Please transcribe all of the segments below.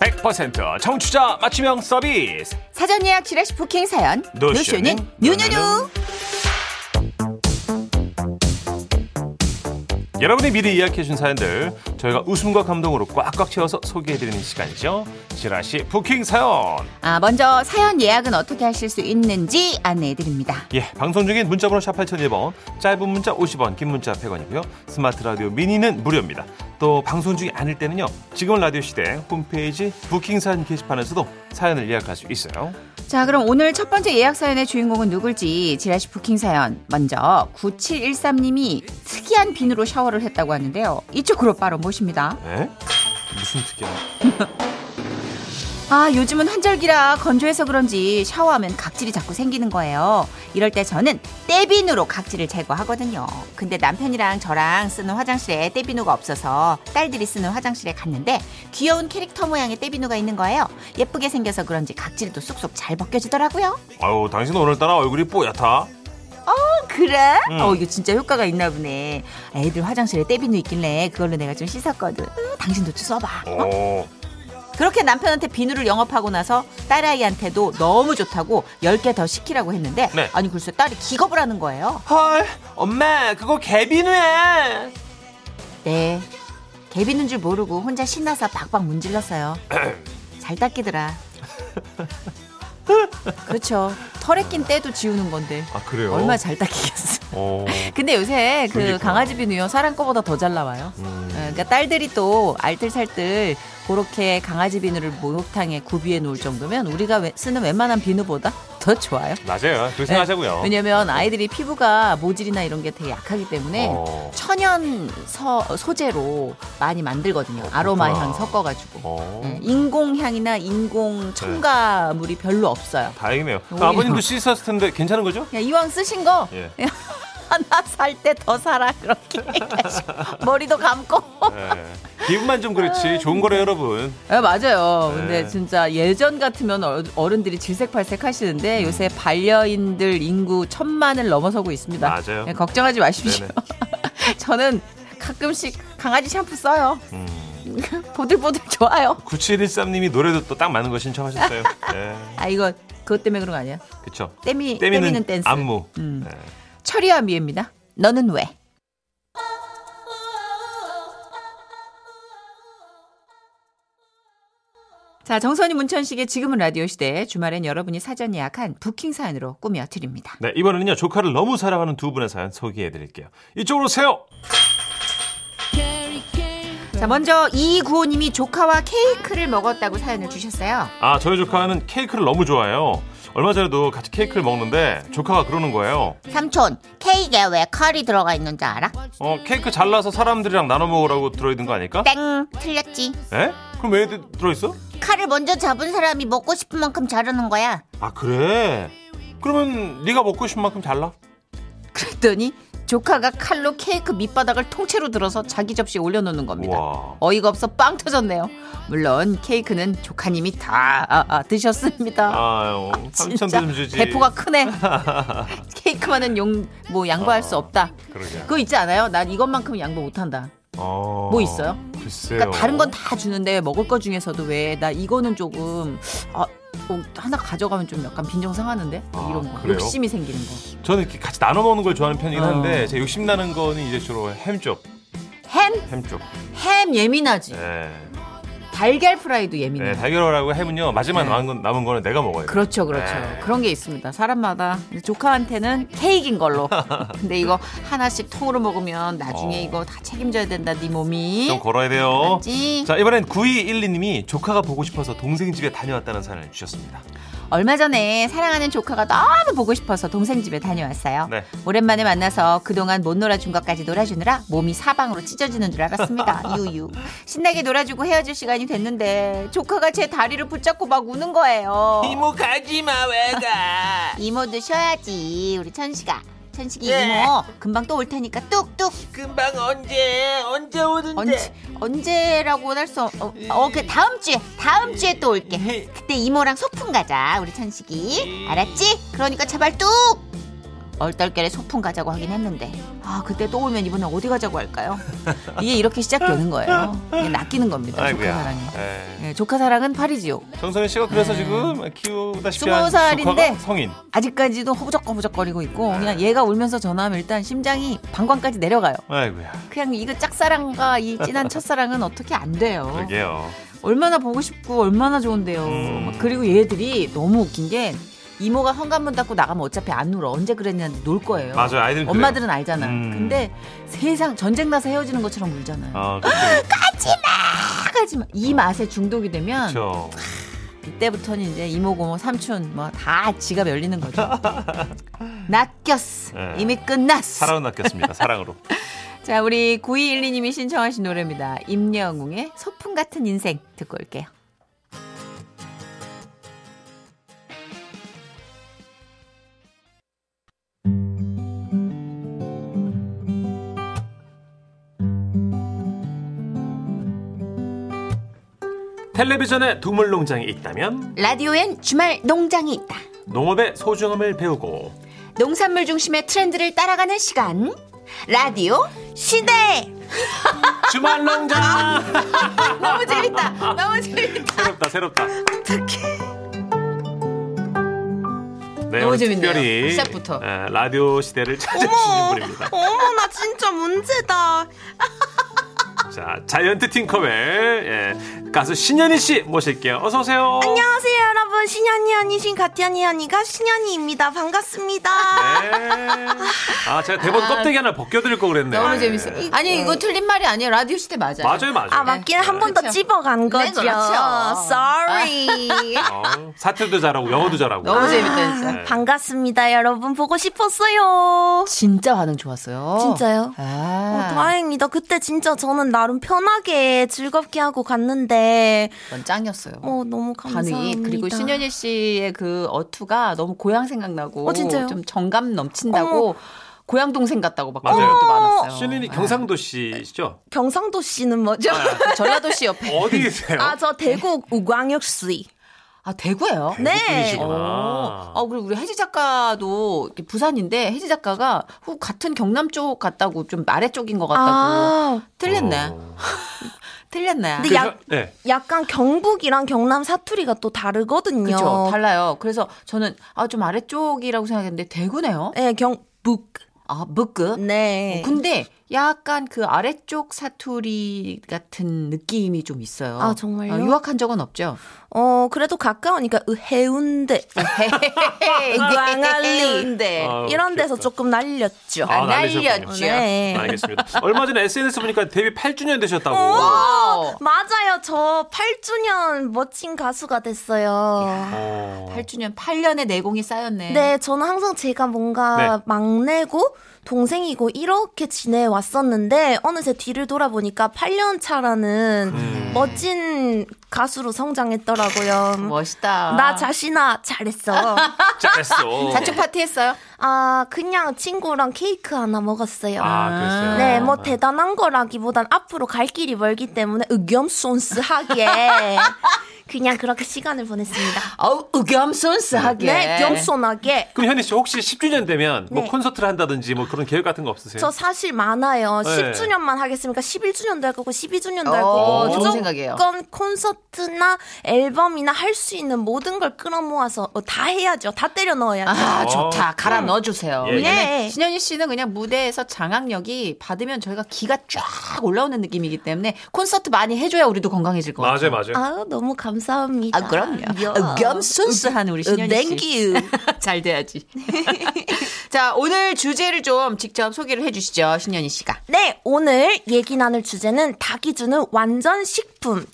100% 청취자 맞춤형 서비스 사전 예약 지라시 부킹 사연 노쇼는 노쇼는 뉴뉴뉴 여러분이 미리 예약해 준 사연들 저희가 웃음과 감동으로 꽉꽉 채워서 소개해 드리는 시간이죠. 지라시 부킹 사연. 아 먼저 사연 예약은 어떻게 하실 수 있는지 안내해드립니다 예, 방송 중인 문자번호 샵 8001번, 짧은 문자 50원, 긴 문자 100원이고요. 스마트 라디오 미니는 무료입니다. 또 방송 중이 아닐 때는요. 지금 라디오 시대 홈페이지 부킹 사연 게시판에서도 사연을 예약할 수 있어요. 자 그럼 오늘 첫 번째 예약 사연의 주인공은 누굴지 지라시 부킹 사연 먼저 9713님이 특이한 비누로 샤워를 했다고 하는데요 이쪽으로 바로 모십니다 에? 네? 무슨 특이한? 아, 요즘은 환절기라 건조해서 그런지 샤워하면 각질이 자꾸 생기는 거예요. 이럴 때 저는 떼비누로 각질을 제거하거든요. 근데 남편이랑 저랑 쓰는 화장실에 떼비누가 없어서 딸들이 쓰는 화장실에 갔는데 귀여운 캐릭터 모양의 떼비누가 있는 거예요. 예쁘게 생겨서 그런지 각질도 쑥쑥 잘 벗겨지더라고요. 아유, 당신 오늘따라 얼굴이 뽀얗다. 어, 그래? 음. 어, 이거 진짜 효과가 있나 보네. 애들 화장실에 떼비누 있길래 그걸로 내가 좀 씻었거든. 음, 당신도 좀 써봐. 어? 어. 그렇게 남편한테 비누를 영업하고 나서 딸아이한테도 너무 좋다고 10개 더 시키라고 했는데 네. 아니 글쎄 딸이 기겁을 하는 거예요. 헐, 엄마, 그거 개비누야. 네. 개비는 줄 모르고 혼자 신나서 박박 문질렀어요. 잘 닦이더라. 그렇죠. 털에 낀 때도 지우는 건데 아, 그래요? 얼마 잘 닦이겠어. 어. 근데 요새 그 그러니까. 강아지 비누요 사람 거보다 더 잘 나와요. 음. 예, 그러니까 딸들이 또 알뜰살뜰 그렇게 강아지 비누를 목욕탕에 구비해 놓을 정도면 우리가 웬- 쓰는 웬만한 비누보다 더 좋아요. 네. 맞아요. 그렇게 생각하자고요. 왜냐면 아이들이 피부가 모질이나 이런 게 되게 약하기 때문에 어. 천연 서- 소재로 많이 만들거든요. 아로마 향 섞어가지고. 어. 네. 예, 인공향이나 인공 첨가물이 별로 없어요. 다행이네요. 그 오히려. 아버님도 씻었을 텐데 괜찮은 거죠? 그냥 이왕 쓰신 거 예. 하나 살 때 더 사라 그렇게 해가지고 머리도 감고 예. 기분만 좀 아, 그렇지. 좋은 거래 여러분. 네, 맞아요. 근데 네. 진짜 예전 같으면 어- 어른들이 질색팔색 하시는데 음. 요새 반려인들 인구 천만을 넘어서고 있습니다. 맞아요. 네, 걱정하지 마십시오. 저는 가끔씩 강아지 샴푸 써요. 음. 보들보들 좋아요. 9713님이 노래도 또 딱 맞는 거 신청하셨어요. 예. 아, 이거 그것 때문에 그런 거 아니야? 그쵸. 때미, 때미는, 때미는 댄스. 안무. 음. 예. 철이와 미애입니다. 너는 왜? 자, 정선이 문천식의 지금은 라디오 시대 주말엔 여러분이 사전 예약한 부킹 사연으로 꾸며 드립니다. 네, 이번에는요, 조카를 너무 사랑하는 두 분의 사연 소개해 드릴게요. 이쪽으로 오세요! 네. 자, 먼저 이구호님이 조카와 케이크를 먹었다고 사연을 주셨어요. 아, 저희 조카는 케이크를 너무 좋아해요. 얼마 전에도 같이 케이크를 먹는데 조카가 그러는 거예요. 삼촌, 케이크에 왜 칼이 들어가 있는지 알아? 어, 케이크 잘라서 사람들이랑 나눠 먹으라고 들어있는 거 아닐까? 땡, 틀렸지. 에? 그럼 왜 들어있어? 칼을 먼저 잡은 사람이 먹고 싶은 만큼 자르는 거야. 아, 그래? 그러면 네가 먹고 싶은 만큼 잘라. 그랬더니 조카가 칼로 케이크 밑바닥을 통째로 들어서 자기 접시에 올려놓는 겁니다. 우와. 어이가 없어 빵 터졌네요. 물론 케이크는 조카님이 다 아, 아, 드셨습니다. 아유, 삼천도 진짜 좀 주지. 대포가 크네. 케이크만은 용 뭐 양보할 아. 수 없다. 그러게. 그거 있지 않아요? 난 이것만큼 양보 못한다. 어. 뭐 있어요? 글쎄요. 그러니까 다른 건 다 주는데 왜 먹을 거 중에서도 왜 나 이거는 조금 아, 어, 하나 가져가면 좀 약간 빈정 상하는데 아, 이런 거 그래요? 욕심이 생기는 거. 저는 이렇게 같이 나눠 먹는 걸 좋아하는 편이긴 어. 한데 제 욕심 나는 거는 이제 주로 햄 쪽, 햄? 햄 쪽. 햄 예민하지. 예. 달걀 프라이도 예민해. 예, 요 달걀하고 햄은요. 마지막 네. 남은, 건, 남은 거는 내가 먹어요. 그렇죠, 그렇죠. 네. 그런 게 있습니다. 사람마다 조카한테는 케이크인 걸로. 근데 이거 하나씩 통으로 먹으면 나중에 어. 이거 다 책임져야 된다, 네 몸이. 좀 걸어야 돼요. 맞지? 자, 이번엔 9212님이 조카가 보고 싶어서 동생 집에 다녀왔다는 사연을 주셨습니다. 얼마 전에 사랑하는 조카가 너무 보고 싶어서 동생 집에 다녀왔어요. 네. 오랜만에 만나서 그동안 못 놀아준 것까지 놀아주느라 몸이 사방으로 찢어지는 줄 알았습니다. 유유. 신나게 놀아주고 헤어질 시간이 됐는데 조카가 제 다리를 붙잡고 막 우는 거예요. 이모 가지 마, 왜 가? 이모도 쉬어야지 우리 천식아 천식이 예. 이모 금방 또 올 테니까 뚝뚝 금방 언제 언제 오는데 언제 언제라고 할 수 없어 어그 다음 주에 다음 주에 또 네. 올게 그때 이모랑 소풍 가자 우리 천식이 알았지 그러니까 제발 뚝 얼떨결에 소풍 가자고 하긴 했는데 아 그때 또 오면 이번에 어디 가자고 할까요? 이게 이렇게 시작되는 거예요. 이게 낚이는 겁니다. 조카 사랑이. 에. 예, 조카 사랑은 파리지옥. 정선희 씨가 그래서 네. 지금 키우다시피 스무 한 살인데 조카가 성인. 아직까지도 허부적허부적거리고 있고 그냥 얘가 울면서 전화하면 일단 심장이 방광까지 내려가요. 아이고야. 그냥 이거 짝사랑과 이 진한 첫사랑은 어떻게 안 돼요. 그러게요. 어? 얼마나 보고 싶고 얼마나 좋은데요. 음. 막 그리고 얘들이 너무 웃긴 게 이모가 현관문 닫고 나가면 어차피 안 울어. 언제 그랬냐는데 놀 거예요. 맞아요. 아이들은 그래요. 엄마들은 알잖아. 음. 근데 세상 전쟁 나서 헤어지는 것처럼 울잖아요. 아, 그렇죠. 하지만 이 맛에 중독이 되면 그렇죠. 이때부터는 이제 이모 고모 삼촌 뭐 다 지갑 열리는 거죠. 낚였어. 네. 이미 끝났어. 사랑은 낚였습니다. 사랑으로. 자, 우리 9212님이 신청하신 노래입니다. 임영웅의 소풍 같은 인생 듣고 올게요. 텔레비전에 동물농장이 있다면 라디오엔 주말 농장이 있다. 농업의 소중함을 배우고 농산물 중심의 트렌드를 따라가는 시간. 라디오 시대! 주말 아, 농장. 너무 재밌다. 너무 재밌다. 새롭다. 새롭다. 어떡해. 네, 너무 오늘 재밌네요. 특별히 시작부터. 에, 라디오 시대를 찾아주신 분입니다. 어머 나 진짜 문제다. 자, 자이언트 팅커벨 예, 가수 신현희 씨 모실게요. 어서 오세요. 안녕하세요 여러분 신현이 언니신 가티언니 언니가 신현이입니다. 반갑습니다. 네. 아, 제가 대본 아. 껍데기 하나 벗겨드릴 거 그랬네요. 너무 예. 재밌어. 아니, 이거 틀린 말이 아니에요. 라디오 시대 네. 맞아요. 맞아요, 맞아요. 아 맞긴 한 번 더 그렇죠. 찝어간 네, 거죠. 그렇죠. Sorry. 어, 사투리도 잘하고 영어도 잘하고. 너무 재밌다, 진짜. 네. 반갑습니다 여러분 보고 싶었어요. 진짜 반응 좋았어요. 진짜요? 어, 아, 다행이다. 그때 진짜 저는 나름 편하게 즐겁게 하고 갔는데, 이건 짱이었어요. 어, 너무 감사합니다. 반응이 그리고 신현일 씨의 그 어투가 너무 고향 생각나고 어, 진짜요? 어. 좀 정감 넘친다고 고향 동생 같다고 막 그런 맞아요. 것도 많았어요. 신인이 네. 경상도 아. 씨시죠? 경상도 씨는 뭐죠? 그 전라도 씨 옆에 어디세요? 아, 저 대구 우광역시. 아 대구예요. 네. 분이시구나. 아. 어, 어, 그리고 우리 혜지 작가도 이렇게 부산인데 혜지 작가가 후 같은 경남 쪽 같다고 좀 아래 쪽인 것 같다고 아, 틀렸네, 어. 틀렸네. 근데 약- 그래서- 네. 약간 경북이랑 경남 사투리가 또 다르거든요. 그죠 달라요. 그래서 저는 아 좀 아래 쪽이라고 생각했는데 대구네요. 네, 경북. 아 묵그. 네. 어, 근데 약간 그 아래쪽 사투리 같은 느낌이 좀 있어요. 아, 정말요? 어, 유학한 적은 없죠. 어, 그래도 가까우니까 으, 해운대 광안리. 아, 네, 이런 귀엽다. 데서 조금 날렸죠. 아, 날리셨군요. 날렸죠. 네. 알겠습니다. 얼마 전에 SNS 보니까 데뷔 8주년 되셨다고. 어? 와우. 맞아요. 저 8주년 멋진 가수가 됐어요. 어. 8주년 8년의 내공이 쌓였네. 네, 저는 항상 제가 뭔가 네. 막내고 동생이고 이렇게 지내왔었는데 어느새 뒤를 돌아보니까 8년 차라는 음. 멋진 가수로 성장했더라고요. 멋있다. 나 자신아 잘했어. 잘했어. 자축 파티 했어요? 아 그냥 친구랑 케이크 하나 먹었어요. 아, 그랬어요. 네, 뭐 대단한 거라기보단 앞으로 갈 길이 멀기 때문에 의겸손스하게 그냥 그렇게 시간을 보냈습니다. 어우, 의겸손스하게. 네, 겸손하게. 그럼 현희 씨 혹시 10주년 되면 뭐 네. 콘서트를 한다든지 뭐 그런 계획 같은 거 없으세요? 저 사실 많아요. 네. 10주년만 하겠습니까? 11주년도 할 거고 12주년도 할 어, 거고. 좋은 생각이에요. 무조건 콘서트나 앨범이나 할 수 있는 모든 걸 끌어모아서 어, 다 해야죠. 다 때려 넣어야죠. 아, 네. 어, 좋다. 갈아 음. 넣어주세요. 예, 예. 왜냐면 예. 신현희 씨는 그냥 무대에서 장악력이 받으면 저희가 기가 쫙 올라오는 느낌이기 때문에 콘서트 많이 해줘야 우리도 건강해질 것 같아요. 맞아요, 맞아요. 아유, 너무 감사합니다. 아, 그럼요. 야. 겸손스한 우리 신현희 씨. 땡큐. 어, 잘 돼야지. 자, 오늘 주제를 좀 직접 소개를 해주시죠, 신현희 씨가. 네, 오늘 얘기 나눌 주제는 닭이 주는 완전 식품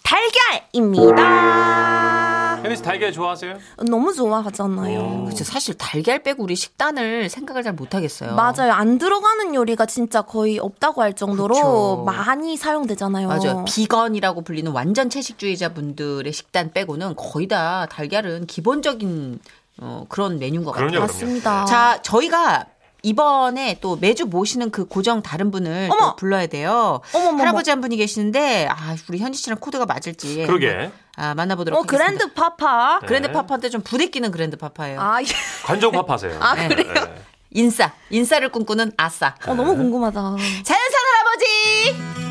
달걀입니다. 현희 씨 달걀 좋아하세요? 음, 너무 어, 좋아하잖아요. 그쵸, 사실 달걀 빼고 우리 식단을 생각을 잘 못하겠어요. 맞아요. 안 들어가는 요리가 진짜 거의 없다고 할 정도로 그쵸. 많이 사용되잖아요. 어, 맞아요. 비건이라고 불리는 완전 채식주의자 분들의 식단 빼고는 거의 다 달걀은 기본적인 어, 그런 메뉴인 것 같아요. 그럼요, 어. 맞습니다. 자, 저희가 이번에 또 매주 모시는 그 고정 다른 분을 또 어머! 불러야 돼요. 어머머머. 할아버지 한 분이 계신데 아, 우리 현지 씨랑 코드가 맞을지 그러게. 아, 만나보도록 어, 하겠습니다. 그랜드 파파. 네. 그랜드 파파인데 좀 부대끼는 그랜드 파파예요. 아, 예. 관종 밥하세요. 아, 네, 그래요? 네. 인싸, 인싸를 꿈꾸는 아싸. 어, 너무 궁금하다. 자연산 할아버지!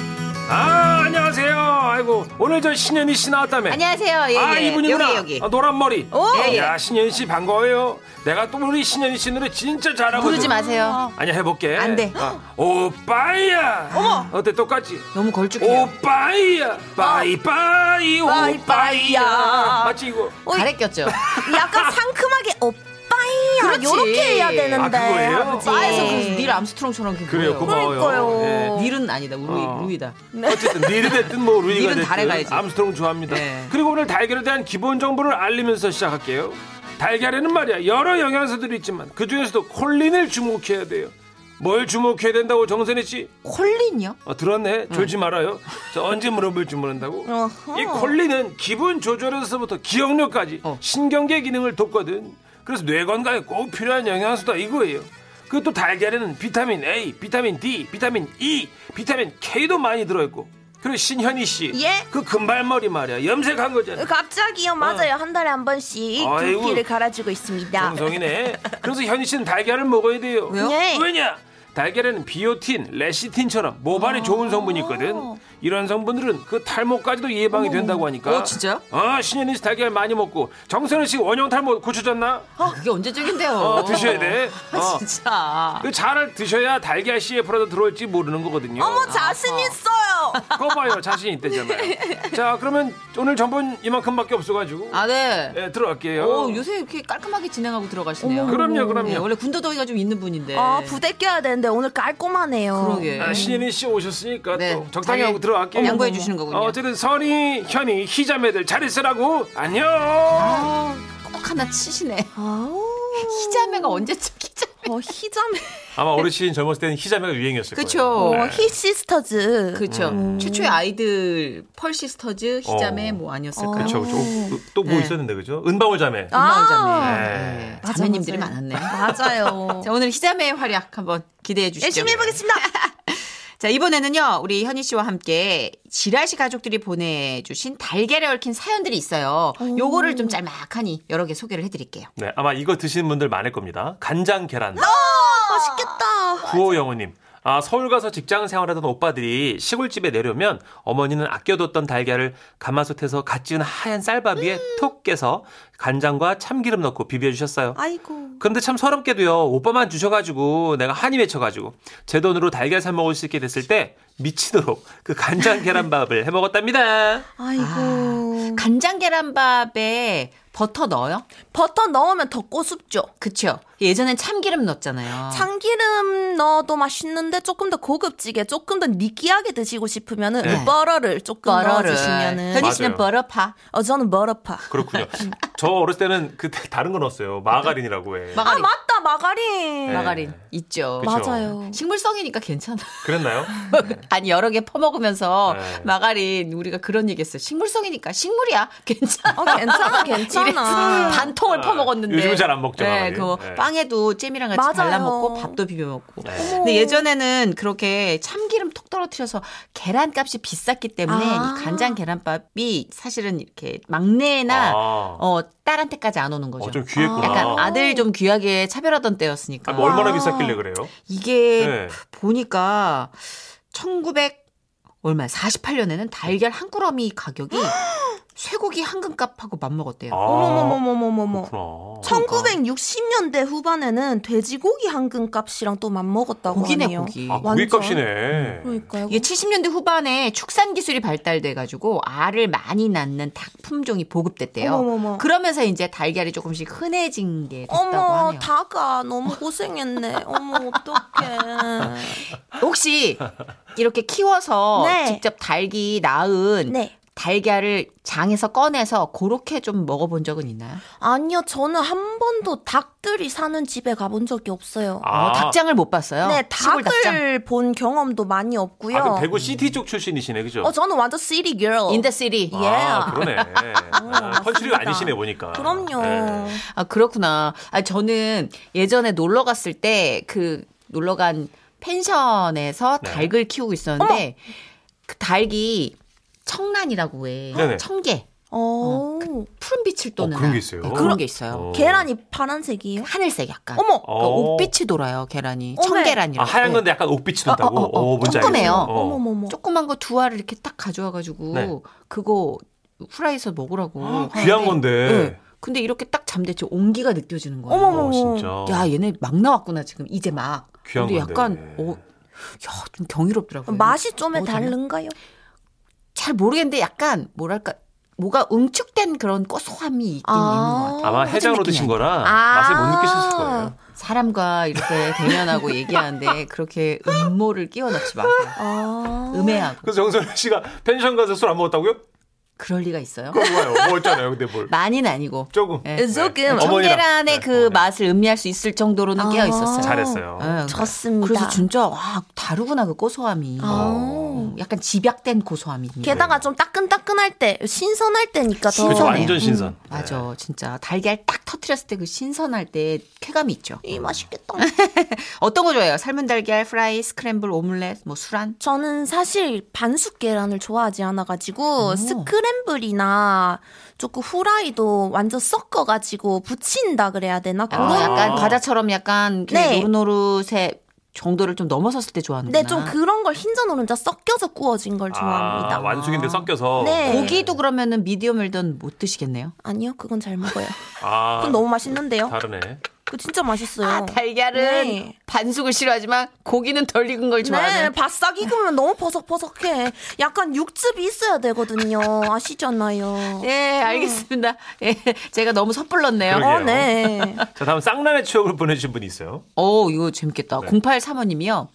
아 안녕하세요. 아이고 오늘 저 신현희 씨 나왔다며. 안녕하세요. 예, 아 예. 이분이구나. 여기, 여기. 아, 노란 머리. 오, 예. 야 신현희 씨 반가워요. 내가 또 우리 신현희 씨 노래 진짜 잘하고. 부르지 마세요. 아니야 해볼게. 안 돼. 아, 오빠야. 어머. 어때 똑같지? 너무 걸쭉해요. 아. 오빠야. 빠이빠이 오빠야. 빠이빠이야. 맞지 이거? 가래 꼈죠? 약간 상큼하게 오빠야 그렇지. 요렇게 해야 아, 되는데 그거예요? 할아버지. 바에서 그닐 암스트롱처럼 그게 그래요. 뭐예요? 고마워요. 그러니까요. 예. 어. 닐은 아니다. 루이, 어. 루이다. 어쨌든 닐이 됐든 뭐 루이가 닐은 달에 가야지. 됐든 암스트롱 좋아합니다. 네. 그리고 오늘 달걀에 대한 기본 정보를 알리면서 시작할게요. 달걀에는 말이야 여러 영양소들이 있지만 그 중에서도 콜린을 주목해야 돼요. 뭘 주목해야 된다고 정선희 씨? 콜린이요? 어, 들었네. 졸지 말아요. 저 언제 물어볼지 모른다고. 어허. 이 콜린은 기분 조절에서부터 기억력까지 어. 신경계 기능을 돕거든. 그래서 뇌 건강에 꼭 필요한 영양소다 이거예요. 그것도 달걀에는 비타민 A, 비타민 D, 비타민 E, 비타민 K도 많이 들어있고. 그리고 신현희 씨, 예? 그 금발머리 말이야 염색한 거잖아. 갑자기요 맞아요 한 달에 한 번씩 아이고. 두피를 갈아주고 있습니다. 정성이네. 그래서 현희 씨는 달걀을 먹어야 돼요. 왜요? 예. 왜냐? 달걀에는 비오틴, 레시틴처럼 모발에 아. 좋은 성분이 있거든. 이런 성분들은 그 탈모까지도 예방이 된다고 하니까. 어, 진짜요? 아, 신현희 씨 달걀 많이 먹고 정선우 씨 원형 탈모 고쳐졌나? 아, 그게 언제적인데요? 아, 어, 드셔야 돼. 어. 진짜. 그잘 드셔야 달걀 씨에프라도 들어올지 모르는 거거든요. 어머 자신 있어요. 그거 봐요. 자신 있대잖아요. 자, 그러면 오늘 전본 이만큼밖에 없어가지고 아, 네. 예, 들어갈게요. 오, 요새 이렇게 깔끔하게 진행하고 들어가시네요. 그럼요, 네, 그럼요. 원래 군더더기가 좀 있는 분인데. 아 부대 껴야 되는데 오늘 깔끔하네요. 네. 그러게. 아, 신혜민 씨 오셨으니까 네. 또 적당히 잘 하고 들어갈게요. 양보해 주시는 거군요. 어, 어쨌든 선이, 현이, 희자매들 잘 있으라고 안녕. 아, 꼭 하나 치시네. 아우 희자매가 언제쯤 희자매? 어, 희자매. 아마 네. 어르신 젊었을 때는 희자매가 유행이었을 거예요. 그쵸. 어, 희시스터즈. 그쵸. 그렇죠. 최초의 아이들 펄시스터즈 희자매 어. 뭐 아니었을까요? 그렇죠. 또 뭐 네. 있었는데 그죠? 은방울 자매. 엄마 아, 자매. 네. 맞아, 자매님들이 맞아요. 많았네. 맞아요. 자, 오늘 희자매의 활약 한번 기대해 주시죠. 열심히 해보겠습니다. 자, 이번에는요, 우리 현희 씨와 함께 지라 시 가족들이 보내주신 달걀에 얽힌 사연들이 있어요. 요거를 좀 짤막하니 여러 개 소개를 해드릴게요. 네, 아마 이거 드시는 분들 많을 겁니다. 간장 계란. 아, 맛있겠다. 구호영우님. 아, 서울 가서 직장 생활하던 오빠들이 시골집에 내려오면 어머니는 아껴뒀던 달걀을 가마솥에서 갓 지은 하얀 쌀밥 위에 음. 톡 깨서 간장과 참기름 넣고 비벼주셨어요. 아이고. 그런데 참 서럽게도요, 오빠만 주셔가지고 내가 한이 맺혀가지고 제 돈으로 달걀 사 먹을 수 있게 됐을 때 미치도록 그 간장 계란밥을 해 먹었답니다. 아이고. 어. 간장 계란밥에 버터 넣어요? 그 버터 넣으면 더 고습죠. 그쵸. 예전엔 참기름 넣었잖아요. 어. 참기름 넣어도 맛있는데 조금 더 고급지게 조금 더 느끼하게 드시고 싶으면은 네. 버러를 조금 넣어 버러를. 네. 드시면은 현희 씨는 맞아요. 버러파. 어 저는 버러파. 그렇군요. 저 어렸을 때는 그때 다른 거 넣었어요. 마가린이라고 해. 아 마가린. 맞다 마가린. 네. 마가린. 있죠. 그쵸. 맞아요. 식물성이니까 괜찮아. 그랬나요? 아니 여러 개 퍼먹으면서 네. 어, 마가린 우리가 그런 얘기했어요. 식물성이니까 식물이야 괜찮아. 어 괜찮아 이래서 괜찮아. 반 통을 아, 퍼먹었는데 요즘은 잘안 먹죠, 네, 마가린. 그 네. 빵에도 잼이랑 같이 맞아요. 발라 먹고 밥도 비벼 먹고. 근데 예전에는 그렇게 참기름 톡 떨어뜨려서 계란값이 비쌌기 때문에 아. 이 간장 계란밥이 사실은 이렇게 막내나 아. 어 딸한테까지 안 오는 거죠. 어, 좀 귀했구나. 약간 아들 좀 귀하게 차별하던 때였으니까. 아, 뭐 얼마나 비쌌길래 그래요? 이게 네. 보니까 1900 얼마 48년에는 달걀 한 꾸러미 가격이 아. 쇠고기 한금값하고 맞먹었대요. 어머머머머머머머. 아. 그렇구나. 1960년대 후반에는 돼지고기 한근 값이랑 또 맞먹었다고 고기네 하네요. 고기. 아, 완전. 음. 고깃값이네. 그러니까요. 이게 70년대 후반에 축산 기술이 발달돼 가지고 알을 많이 낳는 닭 품종이 보급됐대요. 어머머머. 그러면서 이제 달걀이 조금씩 흔해진 게 됐다고 어머 하네요. 다가 너무 고생했네. 어머 어떡해. 혹시 이렇게 키워서 네. 직접 닭이 낳은 네. 달걀을 장에서 꺼내서 그렇게 좀 먹어본 적은 있나요? 아니요, 저는 한 번도 닭들이 사는 집에 가본 적이 없어요. 아, 어, 닭장을 못 봤어요. 네, 시골 닭장. 닭을 본 경험도 많이 없고요. 아, 그럼 대구 시티 쪽 출신이시네, 그죠? 어, 저는 완전 시리 girl. 인더시리. 아, 예. 그러네. 아, 컨트리가 아니시네, 보니까. 그럼요. 네. 아, 그렇구나. 아, 저는 예전에 놀러 갔을 때 그 놀러 간 펜션에서 네. 닭을 키우고 있었는데 그 닭이 청란이라고 해. 네네. 청개. 어, 오. 푸른 빛을 도는 그런 게 알. 있어요? 네, 그런 게 있어요. 어. 계란이 파란색이에요? 하늘색 약간. 어머. 그러니까 어. 옷빛이 돌아요 계란이. 어메. 청계란이라고. 아, 하얀 네. 건데 약간 옷빛이 돈다고. 어, 어, 어, 어. 어, 뭔지 조금해요. 알겠어요. 어. 어머머머. 조그만 거 두 알을 이렇게 딱 가져와가지고 네. 그거 후라이에서 먹으라고. 하는데 어, 귀한 건데. 네. 근데 이렇게 딱 잠대체 온기가 느껴지는 거예요. 어머머. 어, 진짜. 야 얘네 막 나왔구나 지금 이제 막. 귀한 건데. 근데 네. 약간 어, 야 좀 경이롭더라고요. 맛이 좀 어, 다른- 다른가요? 잘 모르겠는데 약간 뭐랄까 뭐가 응축된 그런 고소함이 있긴 있는 것 같아요. 아마 해장 해장으로 느낌이 드신 거라 아. 맛을 못 느끼셨을 거예요. 사람과 이렇게 대면하고 얘기하는데 그렇게 음모를 끼워 넣지 마세요. 아. 음해하고 그래서 정선우 씨가 펜션 가서 술 안 먹었다고요? 그럴 리가 있어요? 그거 뭐예요? 먹었잖아요. 근데 뭘. 많이는 아니고 조금. 네. 예. 조금. 어머니랑. 네, 청계란의 그 어머니랑. 맛을 음미할 수 있을 정도로는 아. 깨어 있었어요. 그러니까. 잘했어요. 좋습니다. 그래서 진짜 와 다르구나 그 고소함이. 어. 약간 집약된 고소함이. 있는 거. 게다가 좀 따끈따끈할 때, 신선할 때니까 더. 그렇죠. 신선해요. 완전 신선. 맞아, 진짜 달걀 딱 터트렸을 때 그 신선할 때 쾌감이 있죠. 음. 이 맛있겠다. 어떤 거 좋아해요? 삶은 달걀, 프라이, 스크램블, 오믈렛, 뭐 술안. 저는 사실 반숙 계란을 좋아하지 않아가지고 스크램블이나 조금 후라이도 완전 섞어가지고 부친다 그래야 되나 아, 그런 약간 과자처럼 약간 그 네. 노릇노릇의 정도를 좀 넘어섰을 때 좋아하는구나. 네, 좀 그런 걸 흰자 노른자 섞여서 구워진 걸 좋아합니다. 아, 완숙인데 섞여서. 네. 고기도 그러면은 미디엄 웰던 못 드시겠네요. 아니요, 그건 잘 먹어요. 아, 그건 너무 맛있는데요. 다르네. 그거 진짜 맛있어요. 아, 달걀은 네. 반숙을 싫어하지만 고기는 덜 익은 걸 네, 좋아하는. 바싹 익으면 너무 버석버석해. 약간 육즙이 있어야 되거든요. 아시잖아요. 예, 알겠습니다. 예, 제가 너무 섣불렀네요. 그러게요. 어, 네. 자, 다음 쌍란의 추억을 보내주신 분이 있어요. 오, 이거 재밌겠다. 네. 0835님이요.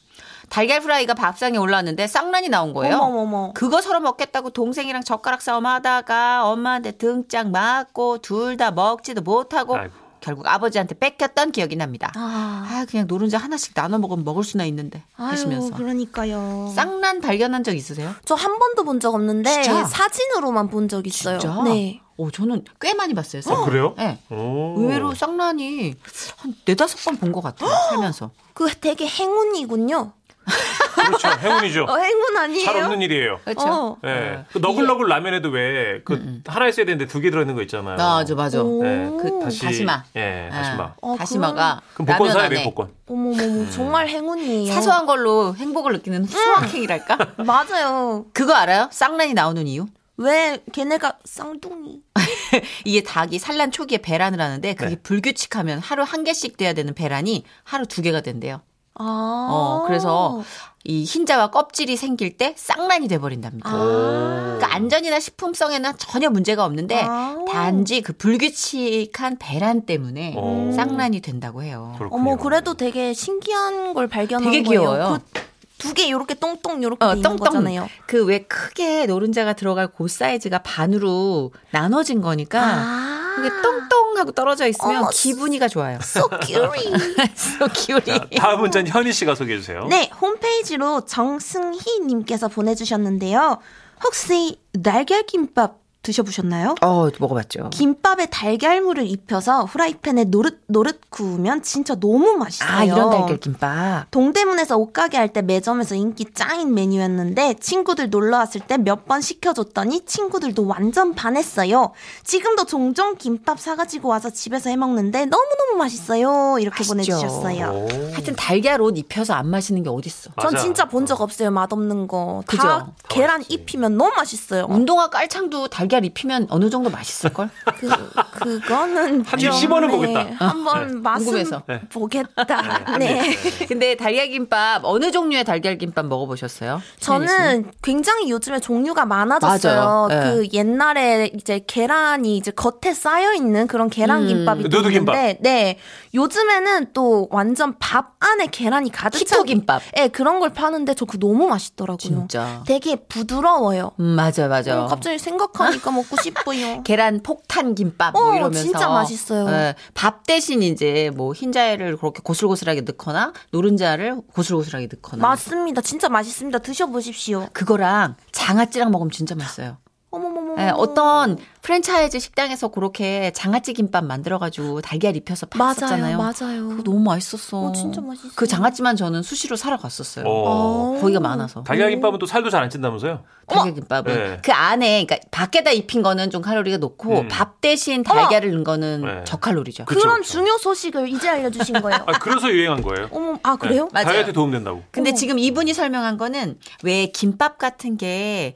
달걀 프라이가 밥상에 올라왔는데 쌍란이 나온 거예요. 어머머머. 그거 서로 먹겠다고 동생이랑 젓가락 싸움 하다가 엄마한테 등짝 맞고 둘 다 먹지도 못하고 아이고. 결국 아버지한테 뺏겼던 기억이 납니다. 아, 아, 그냥 노른자 하나씩 나눠 먹으면 먹을 수나 있는데 아유, 하시면서 그러니까요. 쌍란 발견한 적 있으세요? 저 한 번도 본 적 없는데 진짜? 사진으로만 본 적 있어요. 진짜? 네. 오, 저는 꽤 많이 봤어요. 어, 그래요? 네. 오. 의외로 쌍란이 한 네다섯 번 본 것 같아요. 살면서. 그 되게 행운이군요. 그렇죠. 행운이죠. 어, 행운 아니에요? 잘 없는 일이에요. 그렇죠? 어. 예. 그 너글너글 라면에도 왜 그 음, 하나 있어야 되는데 두 개 들어있는 거 있잖아요. 맞아, 맞아. 오. 예. 그 다시- 다시마. 예, 다시마. 어, 어, 다시마가 그럼 뭐? 복권 라면 사야 안에 돼요, 복권. 음. 어머머머, 정말 행운이에요. 사소한 걸로 행복을 느끼는 소확행이랄까? 맞아요. 그거 알아요? 쌍란이 나오는 이유? 왜 걔네가 쌍둥이? 이게 닭이 산란 초기에 배란을 하는데 그게 네. 불규칙하면 하루 한 개씩 돼야 되는 배란이 하루 두 개가 된대요. 아. 어, 그래서 이 흰자와 껍질이 생길 때 쌍란이 돼버린답니다. 아. 그러니까 안전이나 식품성에는 전혀 문제가 없는데 아. 단지 그 불규칙한 배란 때문에 어. 쌍란이 된다고 해요. 그렇군요. 어머, 그래도 되게 신기한 걸 발견한 되게 거예요. 그 귀여워요. 두개 요렇게 똥똥 요렇게 어, 돼 있는 똥똥. 거잖아요. 그 왜 크게 노른자가 들어갈 그 사이즈가 반으로 나눠진 거니까 아. 그게 똥똥하고 떨어져 있으면 어머, 기분이가 좋아요. So curie. 소 기울이. 다음 문자는 현희 씨가 소개해 주세요. 네, 홈페이지로 정승희님께서 보내주셨는데요. 혹시 달걀김밥 드셔보셨나요? 어, 먹어봤죠. 김밥에 달걀물을 입혀서 후라이팬에 노릇 노릇 구우면 진짜 너무 맛있어요. 아, 이런 달걀 김밥. 동대문에서 옷가게 할 때 매점에서 인기 짱인 메뉴였는데 친구들 놀러 왔을 때 몇 번 시켜줬더니 친구들도 완전 반했어요. 지금도 종종 김밥 사가지고 와서 집에서 해 먹는데 너무 너무 맛있어요. 이렇게 맛있죠. 보내주셨어요. 오. 하여튼 달걀 옷 입혀서 안 마시는 게 어딨어. 맞아. 전 진짜 본 적 없어요. 맛없는 거. 다 그죠? 다 음. 계란 맛있지. 입히면 너무 맛있어요. 운동화 깔창도 달걀 입히면 어느 정도 맛있을걸? 그, 그거는 한입 좀, 씹어는 네. 보겠다. 한번 궁금해서. 맛은 네. 보겠다. 네. 근데 달걀 김밥 어느 종류의 달걀 김밥 먹어보셨어요? 혜연이 저는 굉장히 요즘에 종류가 많아졌어요. 맞아요. 네. 그 옛날에 이제 계란이 이제 겉에 쌓여 있는 그런 계란 김밥이 음. 또 누드김밥. 있는데, 네 요즘에는 또 완전 밥 안에 계란이 가득 찬 키토 김밥. 네, 그런 걸 파는데 저 그거 너무 맛있더라고요. 진짜. 되게 부드러워요. 음, 맞아 맞아. 음, 갑자기 생각하니까 먹고 싶어요. 계란 폭탄 김밥 뭐 어, 이러면서 진짜 맛있어요. 예, 밥 대신 이제 뭐 흰자를 그렇게 고슬고슬하게 넣거나 노른자를 고슬고슬하게 음. 넣거나 맞습니다. 진짜 맛있습니다. 드셔보십시오. 그거랑 장아찌랑 먹으면 진짜 맛있어요. 어머머머. 예, 어떤 프랜차이즈 식당에서 그렇게 장아찌 김밥 만들어가지고 달걀 입혀서 맞아요, 팔았었잖아요. 맞아요. 그거 너무 맛있었어. 어, 진짜 맛있어. 그 장아찌만 저는 수시로 사러 갔었어요. 어. 어. 거기가 많아서. 달걀김밥은 또 살도 잘 안 찐다면서요? 달걀김밥은 네. 그 안에 그러니까 밖에다 입힌 거는 좀 칼로리가 높고 음. 밥 대신 달걀을 넣은 거는 네. 저칼로리죠. 그쵸, 그런 그쵸. 중요 소식을 이제 알려주신 거예요. 아, 네. 음. 그래서 유행한 거예요. 어머, 아 그래요? 맞아요. 다이어트 도움된다고. 근데 어. 지금 이분이 설명한 거는 왜 김밥 같은 게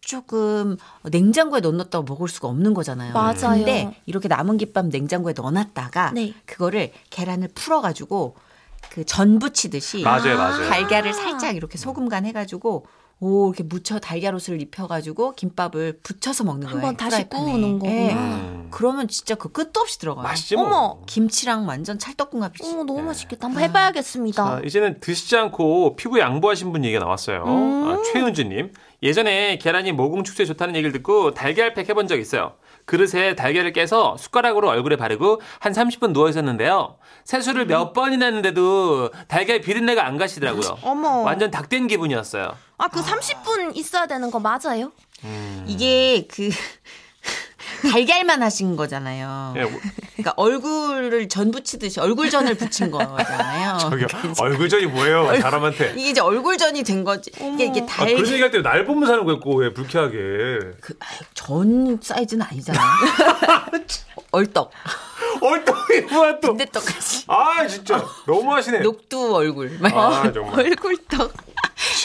조금 냉장고에 넣어놨다가 먹을 수가 없는 거잖아요. 맞아요. 근데 이렇게 남은 김밥 냉장고에 넣어놨다가 네. 그거를 계란을 풀어가지고 그 전부치듯이 맞아요, 맞아요. 달걀을 살짝 이렇게 소금 간 해가지고 오 이렇게 무쳐 달걀 옷을 입혀가지고 김밥을 붙여서 먹는 거예요. 한번 다시 아, 프라이팬에. 예. 구우는 거구나. 음. 그러면 진짜 그 끝도 없이 들어가요. 맛있지 뭐. 어머. 김치랑 완전 찰떡궁합이지. 어머 너무 맛있겠다. 한번 해봐야겠습니다. 자, 아, 이제는 드시지 않고 피부에 양보하신 분 얘기가 나왔어요. 음. 아, 최은주님. 예전에 계란이 모공 축소에 좋다는 얘기를 듣고 달걀팩 해본 적 있어요. 그릇에 달걀을 깨서 숟가락으로 얼굴에 바르고 한 30분 누워 있었는데요. 음. 세수를 몇 번이나 했는데도 달걀 비린내가 안 가시더라고요. 어머. 완전 닭된 기분이었어요. 아 그 30분 있어야 되는 거 맞아요? 이게 그 달걀만 하신 거잖아요. 예, 그러니까 얼굴을 전 붙이듯이 얼굴전을 붙인 거잖아요. 얼굴전이 뭐예요? 사람한테. 이게 이제 얼굴전이 된 거지. 이게, 이게 아, 그런 달전 얘기할 때 날 보면 사는 거였고 왜 불쾌하게. 그 사이즈는 아니잖아요. 어. 얼떡, 얼떡이 뭐야 또. 군대떡까지. 아 진짜 너무하시네. 어. 녹두 얼굴. 뭐 아, 정말. 얼굴떡.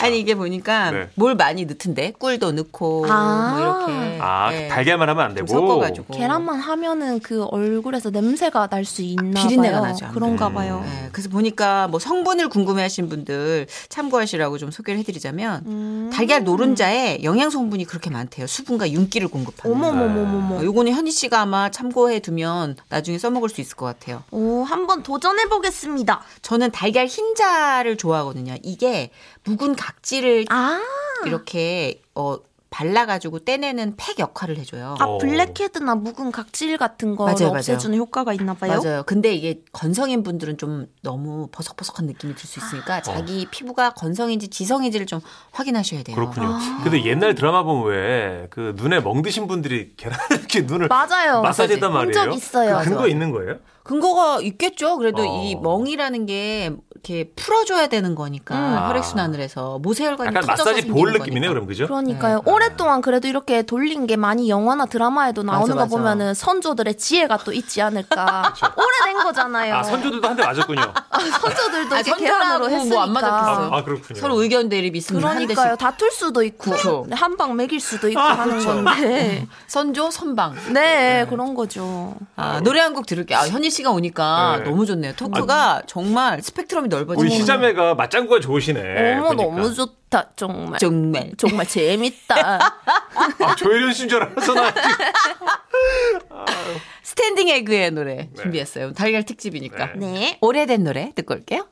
아니 이게 보니까 네. 뭘 많이 넣던데 꿀도 넣고 아. 뭐 이렇게 아 예, 달걀만 하면 안 좀 되고. 섞어가지고 계란만 하면은 그 얼굴에서 냄새가 날 수 있나 비린내가 봐요. 나죠, 아무래도. 그런가 봐요. 네, 그래서 보니까 뭐 성분을 궁금해하신 분들 참고하시라고 좀 소개를 해드리자면 음. 달걀 노른자에 영양 성분이 그렇게 많대요. 수분과 윤기를 네. 공급하는. 어머머머머머. 아, 어, 요거는 현희 씨가 아마 참고해 두면 나중에 써먹을 수 있을 것 같아요. 오, 한번 도전해 보겠습니다. 저는 달걀 흰자를 좋아하거든요. 이게 묵은 각질을 아, 이렇게 어, 발라가지고 떼내는 팩 역할을 해줘요. 아 어. 블랙헤드나 묵은 각질 같은 거를 맞아요, 맞아요. 없애주는 효과가 있나 봐요. 맞아요. 근데 이게 건성인 분들은 좀 너무 버석버석한 느낌이 들 수 아. 있으니까 자기 피부가 건성인지 지성인지를 좀 확인하셔야 돼요. 어. 그렇군요. 아. 근데 옛날 드라마 보면 왜 그 눈에 멍드신 분들이 계란 이렇게 눈을 맞아요. 마사지했단 본 말이에요. 적 있어요. 그 근거 맞아. 있는 거예요? 근거가 있겠죠. 그래도 어. 이 멍이라는 게 이렇게 풀어줘야 되는 거니까 음. 혈액순환을 해서 모세혈관이 약간 터져서 마사지 생기는 볼 느낌이네 거니까. 그럼 그죠? 그러니까요. 오랫동안 그래도 이렇게 돌린 게 많이 영화나 드라마에도 나오는 네. 맞아, 그렇죠. 거 맞아. 보면은 선조들의 지혜가 또 있지 않을까. 오래된 거잖아요. 아 선조들도 한 대 맞았군요. 들도 아, 이제 선조하고 계란으로 뭐안 했으니까. 맞았겠어요. 아, 아, 그렇군요. 서로 의견 대립이 있으면 그러니까요. 한대씩 다툴 수도 있고 그쵸. 한 방 먹일 수도 아, 있고 하는 그쵸. 건데. 선조 선방. 네, 그런 거죠. 아, 노래 한 곡 들을게요. 아, 현희 씨가 오니까 네. 너무 좋네요. 토크가 정말 스펙트럼이 넓어지고 우리 시자매가 맞장구가 좋으시네. 그러니까. 어머 보니까. 너무 좋다 정말. 정말. 정말 재밌다. 아, 조혜련 씨인 줄 알았어 나. 스탠딩 에그의 노래 준비했어요. 달걀 특집이니까. 네. 오래된 노래 듣고 올게요.